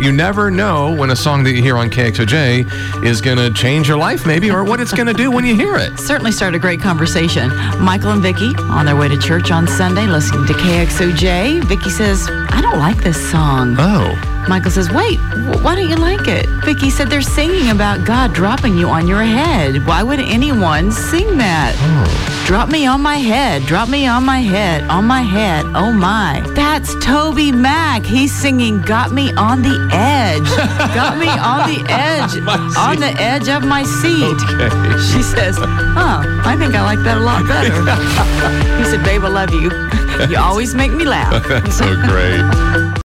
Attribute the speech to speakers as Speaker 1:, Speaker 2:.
Speaker 1: You never know when a song that you hear on KXOJ is going to change your life, maybe, or what it's going to do when you hear it.
Speaker 2: Certainly start a great conversation. Michael and Vicky on their way to church on Sunday listening to KXOJ. Vicky says, I don't like this song.
Speaker 1: Oh,
Speaker 2: Michael says, Wait, wh- why don't you like it? Vicky said, They're singing about God dropping you on your head. Why would anyone sing that? Drop me on my head, drop me on my head, on my head, oh my. That's Toby Mac. He's singing Got Me on the Edge. Got me on the edge, on the edge of my seat.
Speaker 1: okay.
Speaker 2: She says, Huh, I think I like that a lot better. he said, Babe, I love you. You always make me laugh.
Speaker 1: That's so great.